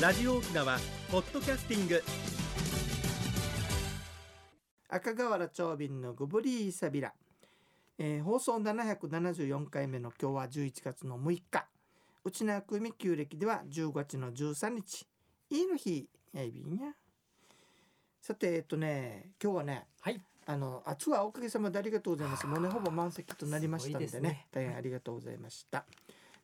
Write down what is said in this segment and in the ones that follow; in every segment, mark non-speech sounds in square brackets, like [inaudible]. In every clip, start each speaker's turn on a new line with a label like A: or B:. A: ラジオ沖縄ポッドキャスティング
B: 赤瓦長瓶のゴブリーサビラ、えー放送774回目の今日は11月の6日内縄久美旧暦では10月の13日いいの日やいびんやさてえっとね今日はね
C: はい。
B: あの暑はおかげさまでありがとうございますもうねほぼ満席となりましたんですね
C: ごいですね
B: 大変ありがとうございました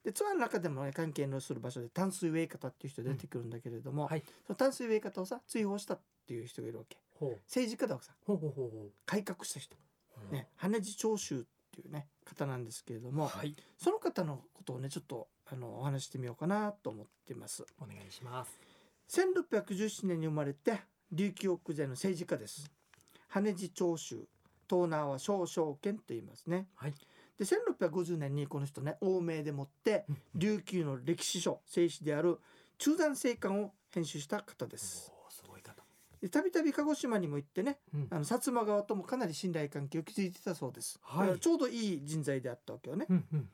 B: でツアーの中でも、ね、関係のする場所で淡水ウェイ方っていう人出てくるんだけれども、
C: うんはい
B: その淡水ウェイ方をさ追放したっていう人がいるわけ
C: ほう。
B: 政治家だわけさ
C: ほうほうほうほ
B: 改革した人
C: う。
B: ね、羽地長州っていうね方なんですけれども、
C: はい。
B: その方のことをねちょっとあのお話ししてみようかなと思ってます
C: お願いします。
B: 1617年に生まれて琉球国勢の政治家です羽地長州東南は少将権と言いますね
C: はい。
B: で1650年にこの人ね欧米でもって
C: うん
B: 琉球の歴史書正史である中山聖観を編集した方です
C: おーすごい方。
B: でたびたび鹿児島にも行ってね
C: うん
B: あの薩摩側ともかなり信頼関係を築いてたそうです、
C: はい
B: だからちょうどいい人材であったわけよね
C: うんうん。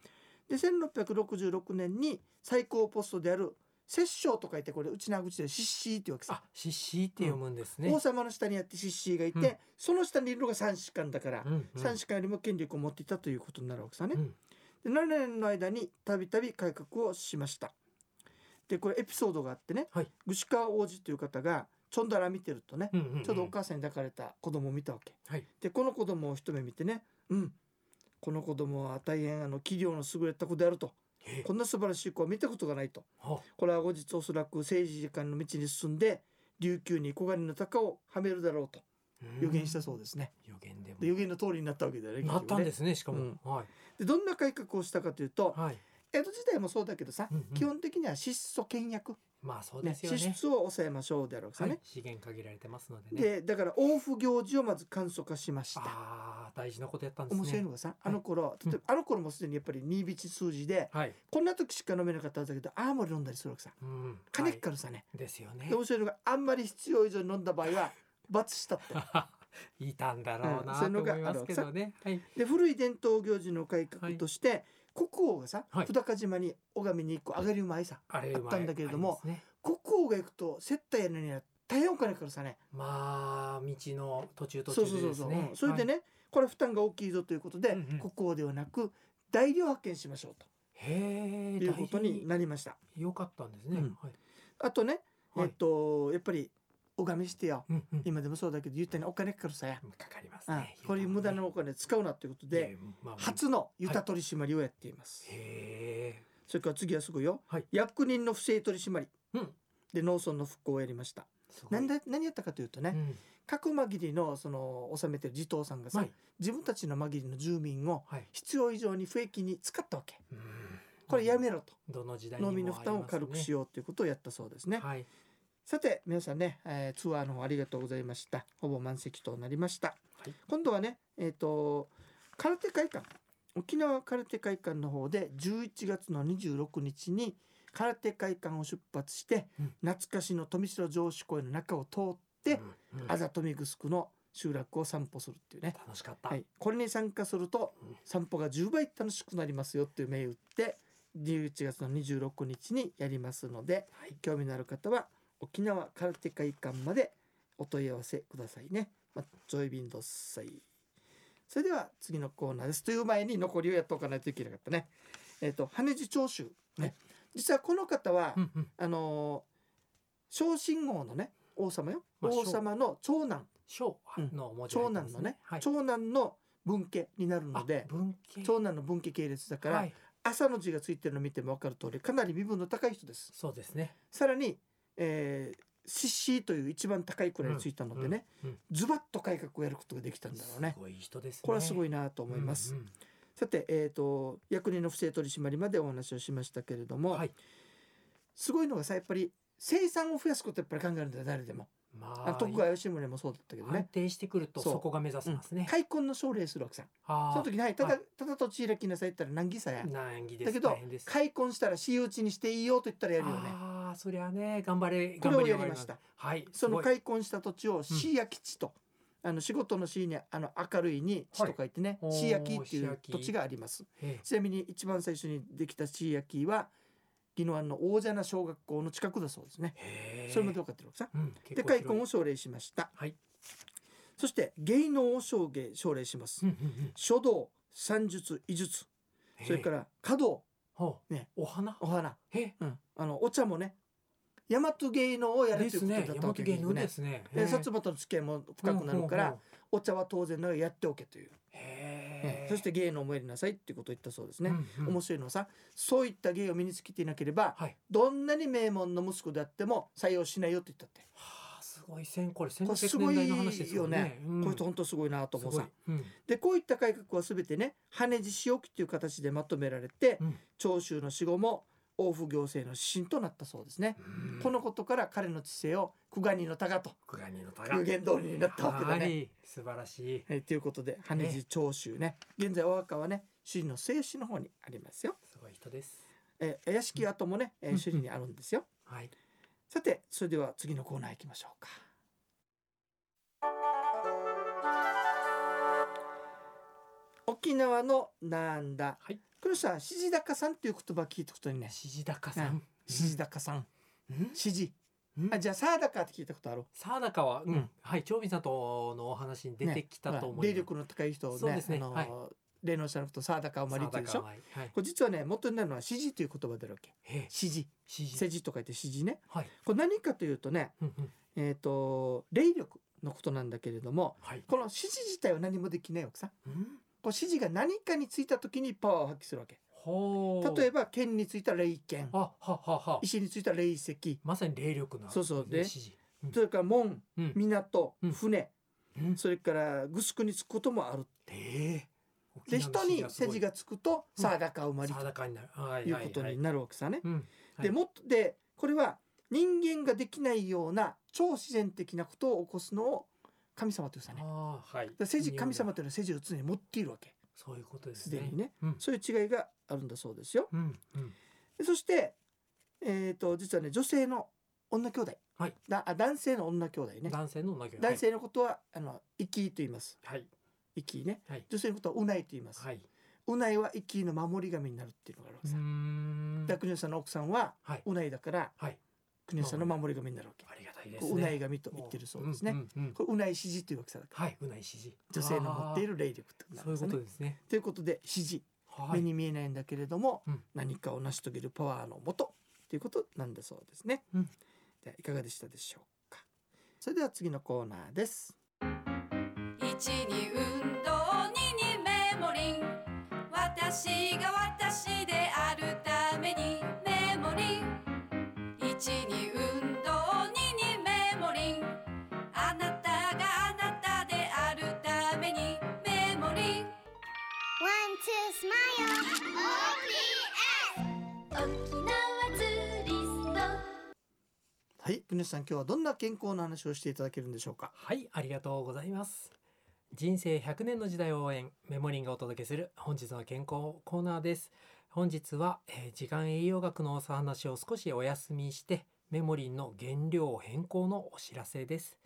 B: で1666年に最高ポストである摂政と書いてこれ内縄口でシッシーっていうわけさ、
C: あ、しっしーって読むんですね。
B: 王様の下にあってシッシーがいて、
C: うん
B: その下にいるのが三子官だから、
C: うんうん。
B: 三子官よりも権力を持っていたということになるわけさね、
C: うん
B: で7年の間にたびたび改革をしましたでこれエピソードがあってね、
C: はい
B: 具志川王子という方がチョンダラ見てるとね、
C: うんうんうん。
B: ちょうどお母さんに抱かれた子供を見たわけ
C: はい。
B: でこの子供を一目見てねうんこの子供は大変あの器量の優れた子であると
C: へえ
B: こんな素晴らしい子は見たことがないと
C: ほ
B: これは後日おそらく政治時間の道に進んで琉球に憧れの鷹をはめるだろうと
C: う
B: 予言したそうですね、
C: 予言でも
B: で予言の通りになったわけだよね
C: なったんですすねしかも、
B: うん
C: はい
B: でどんな改革をしたかというと
C: はい、
B: 江戸時代もそうだけどさ、
C: うんうん
B: 基本的には質素倹約、
C: まあそう
B: ね
C: ですよ
B: 支
C: ね
B: 出を抑えましょうであるわけさ
C: は
B: ね
C: い、、資源限られてますのでね
B: でだから往復行事をまず簡素化しました
C: ああ大事なことやったんですね
B: 面白いのがさあの頃、
C: い
B: 例えばあの頃もすでにやっぱり2チ数字で、
C: はい、
B: こんな時しか飲めなかったんだけど青森飲んだりするわけさ
C: うん、
B: 金かかるさね、
C: はいですよね
B: で面白いのがあんまり必要以上に飲んだ場合は罰したって
C: [laughs] いたんだろう
B: うん
C: な
B: そう
C: と
B: いうの
C: 思
B: が
C: いますけどね、はい
B: で古い伝統行事の改革として、国王がさ、
C: はい
B: 久高島に拝みに行く上がり馬いさ
C: あれ
B: あったんだけれども
C: ありますね
B: 国王が行くと接待やるには大変お金かかるさね
C: まあ道の途中途
B: そう
C: 中
B: そう
C: で
B: そ
C: で
B: う
C: す
B: そう、
C: ね
B: うんそれでね、これは負担が大きいぞということで、
C: うんうん
B: 国王ではなく大量派遣しましょう
C: はい、へえ
B: ということになりました
C: 良かったんですね、
B: うん
C: はい、
B: あとね、
C: はい
B: えっとやっぱり拝みしてよ
C: うんうん、
B: 今でもそうだけど言ったようにお金かかるさや、
C: かかります
B: うん
C: ね、
B: これ無駄な
C: の
B: お金使うなということで、
C: まあ、
B: 初のユタ取締りをやっています、
C: へえ
B: それから次はすごいよ、
C: はい
B: 役人の不正取締り、
C: うん
B: で農村の復興をやりました
C: すごい
B: なんだ何やったかというとね、
C: うん
B: 各間切りのその納めてる地頭さんがさ、
C: はい
B: 自分たちの間切りの住民を
C: はい
B: 必要以上に不益に使ったわけ
C: うん
B: これやめろと、
C: どの時代
B: 農民の負担を軽くし
C: よ
B: ようということをやったそうですね、
C: はい、
B: さて皆さんね、えーツアーの方ありがとうございましたほぼ満席となりました、
C: はい
B: 今度はねえっ、と空手会館沖縄空手会館の方で11月の26日に空手会館を出発して、
C: うん
B: 懐かしの富城城址公園の中を通って、
C: うんうん
B: あざとみぐすくの集落を散歩するっていうね、
C: 楽しかった、
B: はい、これに参加すると
C: うん
B: 散歩が10倍楽しくなりますよっていう銘打って11月の26日にやりますので、興味のある方は沖縄空手会館までお問い合わせくださいね。まあ、ジョイビンドッサイ。それでは次のコーナーです。という前に残りをやっておかないといけなかったね。えっ、と羽地長州、ね
C: はい
B: 実はこの方は、
C: うんうん、
B: あのー小信号のね王様よ、
C: まあ
B: 王様の長男
C: 小
B: うん
C: の文字が
B: 長
C: 入ってま
B: 男
C: す
B: のね、
C: はい、
B: 長男の分家になるので
C: あ文系
B: 長男の分家系列だから、
C: はい、
B: 朝の字がついてるの見ても分かる通りかなり身分の高い人です
C: そうですね
B: さらに、えー、シッシーという一番高い位についたのでね、
C: うんうん
B: ズバッと改革をやることができたんだろうね
C: すごい人ですね
B: これはすご
C: い
B: いなと思います、
C: うん
B: さてえっ、と役人の不正取締りまでお話をしましたけれども、
C: はい
B: すごいのがさやっぱり生産を増やすことやっぱり考えるんだよ誰でも
C: うんま
B: あ
C: あ
B: の徳川吉宗もそうだったけど
C: 安
B: ね
C: 定してくると
B: そう
C: そこが目指せますね、
B: 開墾の奨励するわけさ
C: ああ
B: その時にはいただ、
C: は
B: ただ土地開きなさいって言ったら難儀さや
C: 難儀で
B: だ
C: す
B: けど
C: 大変です
B: 開墾したら私有地にしていいよと言ったらやるよね
C: ああそりゃね頑張れ
B: こ
C: 頑
B: れ
C: 張
B: を
C: り
B: や
C: は
B: り
C: り
B: ま
C: ま
B: し
C: したたはい
B: その
C: すごい
B: 開墾した土地を市や基地と、あの仕事の市にあの明るいに地と書いてね、
C: はい
B: 市やきってい
C: おー市
B: う
C: 焼
B: 土地があります
C: ええ
B: ちなみに一番最初にできた市やきは宜野湾の大蛇な小学校の近くだそうですね。
C: へえ
B: それまで分かってるわけさ。
C: うん、
B: で
C: 結構
B: 開
C: 広
B: 墾
C: い
B: を奨励しました。
C: はい。
B: そして芸能を奨励奨励します。
C: うんうんうん
B: 書道、算術、医術、
C: へ
B: [laughs]
C: え
B: それから華道、
C: ほう
B: ね
C: お花
B: お花、
C: へ
B: うん、あのお茶もね、大和芸能をやる
C: で
B: というこ
C: す
B: とだ
C: ね
B: っ
C: 大
B: た
C: 和
B: わけ
C: 芸能
B: ね
C: で。すね
B: で
C: へえ
B: 薩摩との付き合いも深くなるから、
C: ほうほうほ
B: お茶は当然ながらやっておけという、
C: うへえ
B: そして芸能もやりなさいっていうことを言ったそうですね、
C: うんうん
B: 面白いのはさそういった芸を身につけていなければ
C: はい
B: どんなに名門の息子であっても採用しないよって言ったって、
C: はあすごい戦これ戦
B: これすご
C: 年
B: い
C: 代の話ですよ
B: よね
C: ね、うん
B: これ本当すごいなと思う
C: すご
B: さ
C: いうん
B: でこういった改革は全てね羽地仕置きという形でまとめられて、
C: うん
B: 長州の死後も王府行政の指針となったそうですね、
C: うん
B: このことから彼の知性を久我仁の鷹と
C: グラニーの鷹
B: 有言通りになったわけだね
C: はい素晴らしい
B: はい、ということで羽地長州ね現在和歌はね首里の静止の方にありますよ、
C: すごい人です
B: えー、屋敷跡もね、えー
C: うん
B: 首里にあるんですよ
C: はい
B: さてそれでは次のコーナー行きましょうか沖縄のなんだ、
C: はい
B: これさしじだかさんっていう言葉聞いたことにね
C: シジダカさん
B: しじだかさん
C: うん
B: しじ
C: うん
B: あじゃあさあだかって聞いたことあろ
C: サーダカは、う
B: うん
C: ん、はい、長美さんとのお話に出てきたと
B: ほ
C: 思
B: ら霊
C: います。
B: 力の高い人を
C: そう
B: ね
C: ですね
B: あのー
C: はい
B: 霊能者のことさあだかをまりっていうでし
C: サー
B: ょ
C: ダカははい。
B: これ実はね元になるのは指示という言葉であるわけ
C: へえ、
B: 指示
C: シジ
B: 世辞と書いて指示ね
C: はい。
B: これ何かというとね
C: うんうん
B: えっ、と霊力のことなんだけれども
C: はい。
B: この指示自体は何もできないわけさ
C: うん
B: こう指示が何かについた時にパワーを発揮するわけ
C: ほう。
B: 例えば剣についた霊剣
C: ば、はははは。
B: 石についた霊石
C: まさに霊力な。
B: そうそうで
C: ねシジ
B: それから門
C: うん。
B: 港
C: うん
B: 船
C: うん
B: それからグスクにつくこともある
C: ええ。沖
B: で
C: 縄の
B: 人に
C: シ
B: 世
C: ジ
B: 辞
C: が
B: がつくと
C: うん
B: さあだか生ますり
C: ごいサー
B: と
C: ダカになる。はい
B: いうこと
C: はい
B: に
C: はい
B: なるわけさね
C: うん。はい
B: でもっとでこれは人間ができないような超自然的なことを起こすのを神様というさね。だか
C: ああ、はい。
B: ら政治神様
C: 日本
B: というのは政治を常に持っているわけ
C: だ。そういうことです
B: す
C: ね。
B: でにね
C: うん。
B: そういう違いがあるんだそうですよ。
C: うん。うん。
B: でそして、えー、と実はね女性の女兄弟、
C: はい
B: だあ男性の女兄弟ね
C: 男性の投げ。
B: 男。性のことはあのイキイと言います
C: はい。
B: イキイね
C: はい。
B: 女性のことはウナイと言います、
C: はい。
B: ウナイはイキイの守り神になるっていうのがあるわけ
C: うー
B: さ、
C: ん
B: だから国吉さんの奥さんは
C: はい。
B: ウナイだから
C: はい。
B: 国吉さんの守り神になるわけ、
C: ありがたいで
B: こ
C: す
B: うウナ
C: ね
B: イ。神と言ってるそうですね、
C: んうんうん
B: これうない支持というわけさだから
C: はい、うない支持。
B: 女性の持っている霊力ってこと
C: あー。
B: なん
C: そうい
B: ですよね。
C: うことですね。
B: ということで支持、
C: は
B: 目
C: い。
B: に見えないんだけれども、
C: うん
B: 何かを成し遂げるパワーのもとということなんだそうですね。
C: うん
B: ではいかがでしたでしょうか。それでは次のコーナーです。
D: 一に運動二にメモリン私が私であるためにメモリン一に運動二にメモリンあなたがあなたであるためにメモリン
E: One, two, smile. OPS. 沖縄ツーリスト。
B: はい、国吉さん今日はどんな健康の話をしていただけるんでしょうか。
C: はい、ありがとうございます。人生100年の時代を応援、メモリンがお届けする本日の健康コーナーです。本日は、えー時間栄養学のお話を少しお休みして、メモリンの原料変更のお知らせです。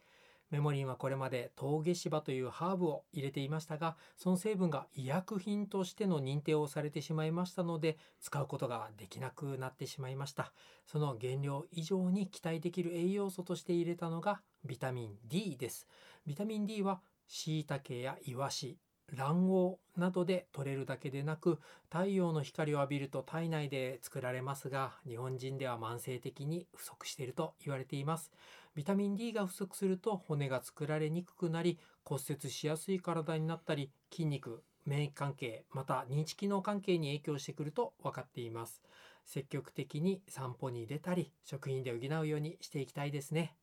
C: メモリンはこれまで峠芝というハーブを入れていましたが、その成分が医薬品としての認定をされてしまいましたので、使うことができなくなってしまいました。その原料以上に期待できる栄養素として入れたのがビタミン D です。ビタミン D は椎茸やイワシ、卵黄などで取れるだけでなく、太陽の光を浴びると体内で作られますが、日本人では慢性的に不足していると言われています。ビタミン D が不足すると骨が作られにくくなり、骨折しやすい体になったり、筋肉、免疫関係、また認知機能関係に影響してくると分かっています。積極的に散歩に出たり食品で補うようにしていきたいですね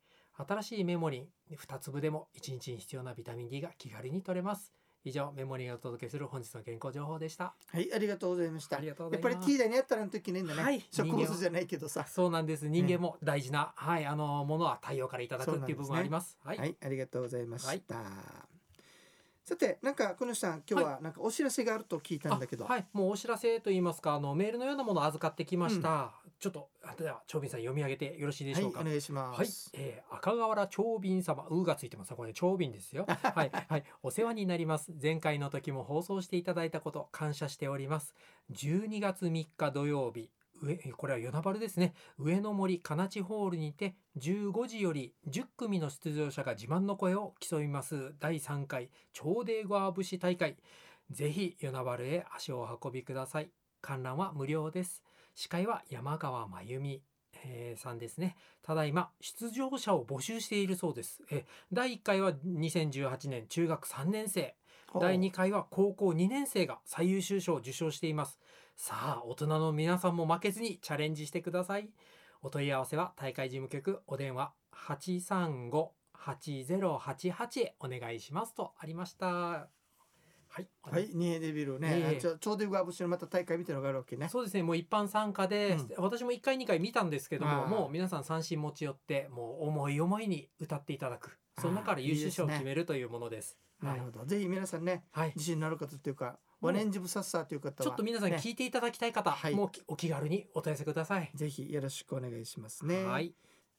C: 新しいメモリン2粒でも1日に必要なビタミン D が気軽に取れます以上メモリンがお届けする本日の健康情報でした
B: はい、ありがとうございました。
C: あり
B: や
C: がとうご
B: っ
C: ざ
B: ぱ
C: い
B: り
C: ます
B: ティーダにあったらの時ねんだね。
C: はい
B: [laughs] 植物じゃないけどさ。
C: そうなんです人間も大事な、はいあのものは太陽からいただくっていう部分ありますは、
B: はいい、ありがとうございました。さて、なんか国吉さん今日はなんかお知らせがあると聞いたんだけど。
C: あはいもうお知らせといいますかあのメールのようなものを預かってきました、ちょっとあでは長斌さん読み上げてよろしいでしょうか、
B: はい、お願いします。
C: はい、えー赤瓦長瓶様、うがついてます。これ長瓶 [laughs] ですよ。はい、はい、お世話になります。前回の時も放送していただいたこと、感謝しております。12月3日土曜日、上これは与那原ですね上野森かなちホールにて15時より10組の出場者が自慢の声を競います第3回超デーゴア節大会ぜひ与那原へ足をお運びください観覧は無料です司会は山川真由美えーさんですねただいま出場者を募集しているそうですえー第1回は2018年中学3年生第2回は高校2年生が最優秀賞を受賞していますさあ大人の皆さんも負けずにチャレンジしてくださいお問い合わせは大会事務局お電話835-8088へお願いしますとありましたはい、
B: はい、ニエデビルね、
C: ええ
B: ちょちょうどガブシのまた大会みたいのがあるわけね。
C: そうですねもう一般参加で、私も1回2回見たんですけども
B: あー
C: もう皆さん三振持ち寄ってもう思い思いに歌っていただくその中から優秀賞を
B: あーいいですね
C: 決めるというものです
B: なるほど、ぜひ皆さんね、
C: はい、
B: 自信のある方というか、
C: うん
B: オレンジブサッサーという方は、
C: ちょっと皆さん
B: ね
C: 聞いていただきたい方、
B: はい
C: もうきお気軽にお問い合わせください。
B: ぜひよろしくお願いしますね。
C: はい、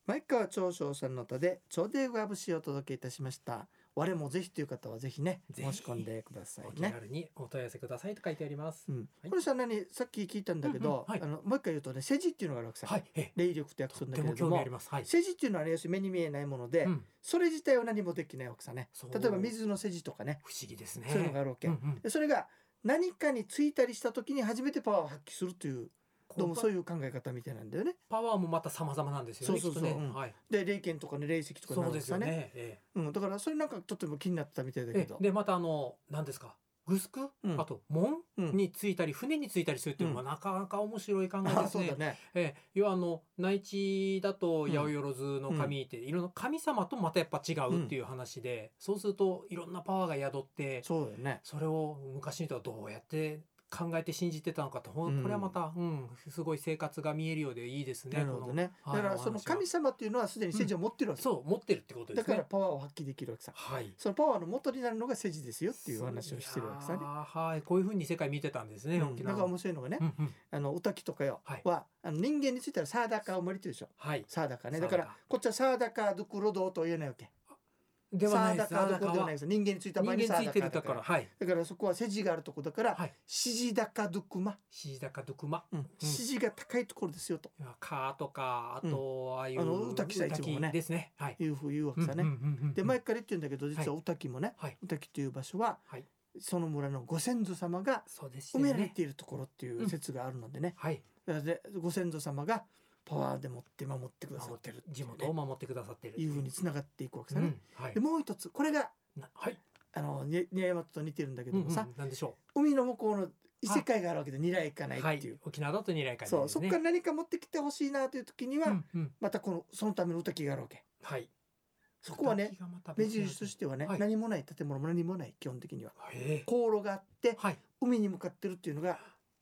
B: 前川長章さんの歌で、超デーガブシをお届けいたしました。我もぜひという方はぜひね、
C: ぜひ
B: 申し込んでくださ
C: お
B: い
C: 気
B: ね。
C: 軽にお問い合わせくださいと書いてあります。
B: うん、
C: はい
B: これさ、何、さっき聞いたんだけど、
C: うんうんはい
B: あの、もう一回言うとね、世辞っていうのが楽さん。
C: はい、ええ、
B: 霊力と訳す
C: と
B: るんだ
C: て
B: けれ
C: も
B: ど
C: 興味
B: も
C: あり。ます。はい、
B: 世辞っていうのはあれです目に見えないもので、
C: うん
B: それ自体は何もできないわけさね
C: そう
B: 例えば水の世辞とかね
C: 不思議ですね。
B: そういうのがあるわけ、
C: うんうん
B: でそれが何かについたりした時に初めてパワーを発揮するというどうもそう
C: こ
B: いう考え方みたいなんだよね。
C: パワーもまた様々なんですよね。
B: そうそうそう
C: きっとね
B: うん
C: はい、
B: で霊剣とかね霊石とかになる
C: そうん
B: で
C: ですすよ
B: かね
C: ね。え
B: うん、だからそれなんかとっても気になってたみたいだ
C: え
B: け
C: え
B: ど
C: え、で、またあの、何ですか。グスク、
B: うん
C: あと門
B: うん
C: についたり、船についたりするっていうのは、
B: う
C: なかなか面白い考え
B: あ
C: です
B: [laughs] そうだ
C: ね。
B: ね
C: ええ、要はあの内地だと
B: うん
C: 八百万の神って、いろんな神様とまたやっぱ違うっていう話で、そうするといろんなパワーが宿って
B: そうだよね。
C: それを昔の人はどうやって考えて信じてたのかってほん
B: うん
C: これはまた、うん、すごい生活が見えるようでいいですね。
B: なるほどね。
C: こ
B: だ
C: の
B: から
C: はい
B: そ
C: お
B: の
C: 話は
B: 神様っていうのはすでに世辞を持ってるわけ、
C: このそう持ってるってことで
B: だ
C: すね。
B: からパワーを発揮できるわけさ。
C: はい、っ
B: そのパワーの元になるのが世辞ですよっていう話をしてるわけさね。
C: はいこういうふうに世界見てたんですね、
B: うん
C: 沖
B: だ
C: 縄
B: から面白いのがね、
C: うんうん
B: あの歌きとかよ、
C: はい
B: あの人間についてはサーダカを森って言うでしょ。
C: はい、
B: サーダカね。だから
C: サーダカ
B: こっちはサーダカドクロドーとは言えないわけ。
C: ではないで
B: サ
C: す
B: ーダカーどころでは
C: は
B: ないです人間についた
C: 人
B: 場合
C: 間
B: に
C: に
B: サー
C: つい
B: ダカ
C: て
B: ーだか
C: るだかららはい
B: だからそこは筋があるとこだから、
C: はい
B: シジダカドクマ
C: シジダカドクマ、うん
B: シジが高いところですよと
C: いや蚊とかあと、ああいう
B: あの歌木さん一番ね
C: 歌木ですねはい
B: いうふうに言うわけさね、
C: うんうんうんうん
B: で前から言ってるんだけど実は
C: は
B: ウタキもね、
C: はい
B: ウタキという場所は、
C: はい
B: その村のご先祖様が
C: そうです
B: 埋
C: よね
B: められているところっていう説があるのでね、
C: はい
B: でご先祖様がパワーでもって守ってくださ
C: 守っ
B: ってる
C: てる
B: ってい
C: 地
B: うね
C: 元を守ってくださってる
B: いうふうにつながっていくわけさ
C: う
B: ね、
C: んはい
B: でもう一つこれが
C: なはい
B: あのにニヤヤマトと似てるんだけ
C: う
B: ど
C: んう
B: も
C: ん
B: さ、
C: なんでしょ
B: 海の向こうの異世界があるわけでニラ行か
C: う
B: ない
C: は
B: っていう
C: い、沖縄だと二来会
B: そう、
C: です
B: そこ
C: ね
B: から何か持ってきてほしいなという時には、
C: うんうん
B: またこのそのための歌きがあるわけ
C: はい
B: そこはね
C: 歌木がまた
B: 目
C: 別に
B: 印としてはね、
C: はい
B: 何もない建物も何もない基本的には
C: へえ
B: 航路があって
C: はい
B: 海に向かってるっていうのが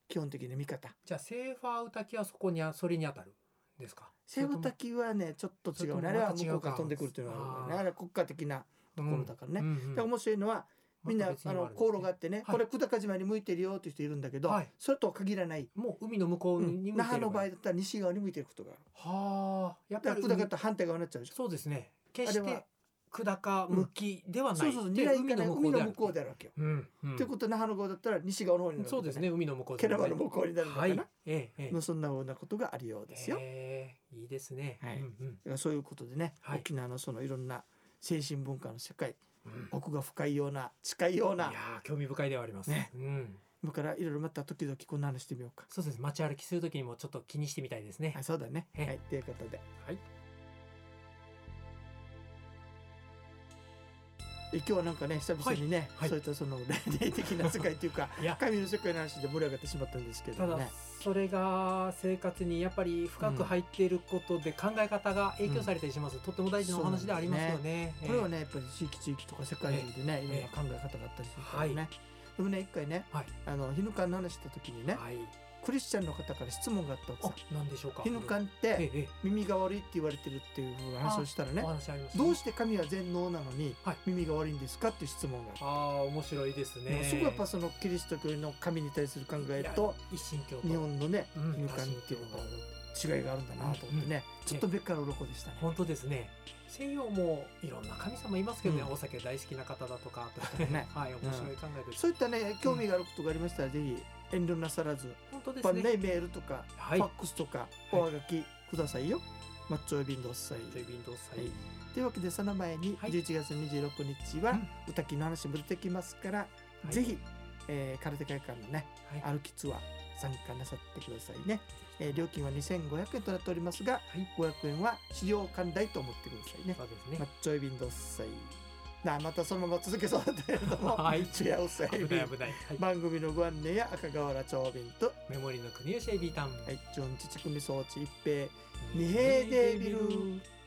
B: 基本的な見方
C: じゃあセーファー歌木はそこにあそれに当たるんですか
B: セブタキはねちょっと違うねあれ
C: それとも
B: は
C: また
B: 向
C: 違う
B: こ
C: か
B: うから飛んでくるっていうのはあるからね
C: あー
B: あれは国家的な
C: と
B: ころだからね
C: ね
B: だから面白いのはみんな、あの航路があってね、
C: い
B: これ久高島に向いてるよっていう人いるんだけど、
C: はい
B: それとは限らない、
C: もう海の向こう
B: う
C: に
B: ん
C: 向いて
B: 那覇の場合
C: れ
B: だったら西側に向いてることがある
C: ばはあやっぱ
B: だか
C: り
B: ら久高と反対側になっちゃうでしょ
C: そうですね。決し
B: あれは
C: て久高向きではない。
B: そうそうそう、
C: で
B: 狙い行かない海の向こう
C: で
B: であ
C: ある。
B: るわけよ。
C: うん、うん。
B: ということは那覇の方だったら西側の方になる
C: そう
B: わけ
C: で
B: だ
C: すね。。海の向こう
B: ケラマの向こうになるのか
C: はい。
B: な。
C: ええええ
B: のそんなようなことがあるようですよ。だ
C: ええいいですね。
B: はい
C: うんうん
B: からそういうことでね、
C: はい
B: 沖縄のそのいろんな精神文化の世界、
C: うん
B: 奥が深いような近いよう
C: いや
B: な、
C: ー興味深いではあります。
B: ね
C: うん。
B: 今からいろいろまた時々こんな話してみようか。
C: そうです。街歩きするときにもちょっと気にしてみたいですね
B: あ、。そうだね。は
C: ええ
B: い、ということで、
C: はい。
B: え今日はなんかね久々にね、
C: はいはい
B: そういったその霊的な世界という
C: [laughs]
B: か、
C: いや
B: 神の世界の話で盛り上がってしまったんですけど
C: ただ、
B: ね。
C: それが生活にやっぱり深く入っていることで考え方が影響されたりします、とっても大事なお話ではありますよね。
B: これは
C: ね、
B: ねやっぱり地域地域とか世界中でね、
C: え
B: いろんな考え方があったりするからね、
C: は
B: でもね一回ね、
C: はい
B: あのヒヌカンの話した時にね、
C: はい。
B: クリスチャンの方から質問があったわけさ
C: あ、なんでしょうか。
B: ヒヌカンっ
C: え
B: て
C: ええ
B: 耳が悪いって言われてるっていう風な話をしたら
C: え
B: ね
C: お話ありました、
B: どうして神は全能なのに
C: はい
B: 耳が悪いんですかっていう質問があった、
C: ああ面白いですね。
B: すごいやっぱそのキリスト教の神に対する考えと
C: 一神教徒
B: 日本のね
C: うん
B: ヒヌカンっていうのが違いがあるんだなと思ってね、
C: ん
B: ちょっとべっから鱗でしたね。
C: 本当ですね西洋もいろんな神様いますけどね、
B: うん
C: お酒大好きな方だとかあと
B: ね
C: はい面白い考えです、
B: そういったね興味があることがありましたら、ぜひ遠慮なさらず、
C: 本当で
B: や
C: す
B: っぱね
C: ね。
B: メールとか、
C: はい
B: ファックスとかおはがきくださいよ。マッチョエビンドッサイ。
C: ジョイビンドさん
B: はいというわけでその前に
C: はい
B: 11月26日は
C: うん
B: 歌きの話も出てきますから、
C: い
B: ぜひ、えー、空手会館のね
C: はい
B: 歩きツアー参加なさってくださいね、えー料金は2500円となっておりますが
C: はい。
B: 500円は使用寛大と思ってくださいね
C: そうですね
B: マッ。チョイビンドッサイなあまたそのまま続けそうだったけれども、
C: [laughs] はい
B: 違うさい
C: 危ない危ない。はい。
B: 番組のご案内や赤瓦長瓶と、
C: メモリの国吉エビタン。
B: はい、ジョンチチクミ装置一平二
C: 二
B: 平
C: 平
B: デ
C: デ
B: ビ
C: ビ
B: ル
C: ル。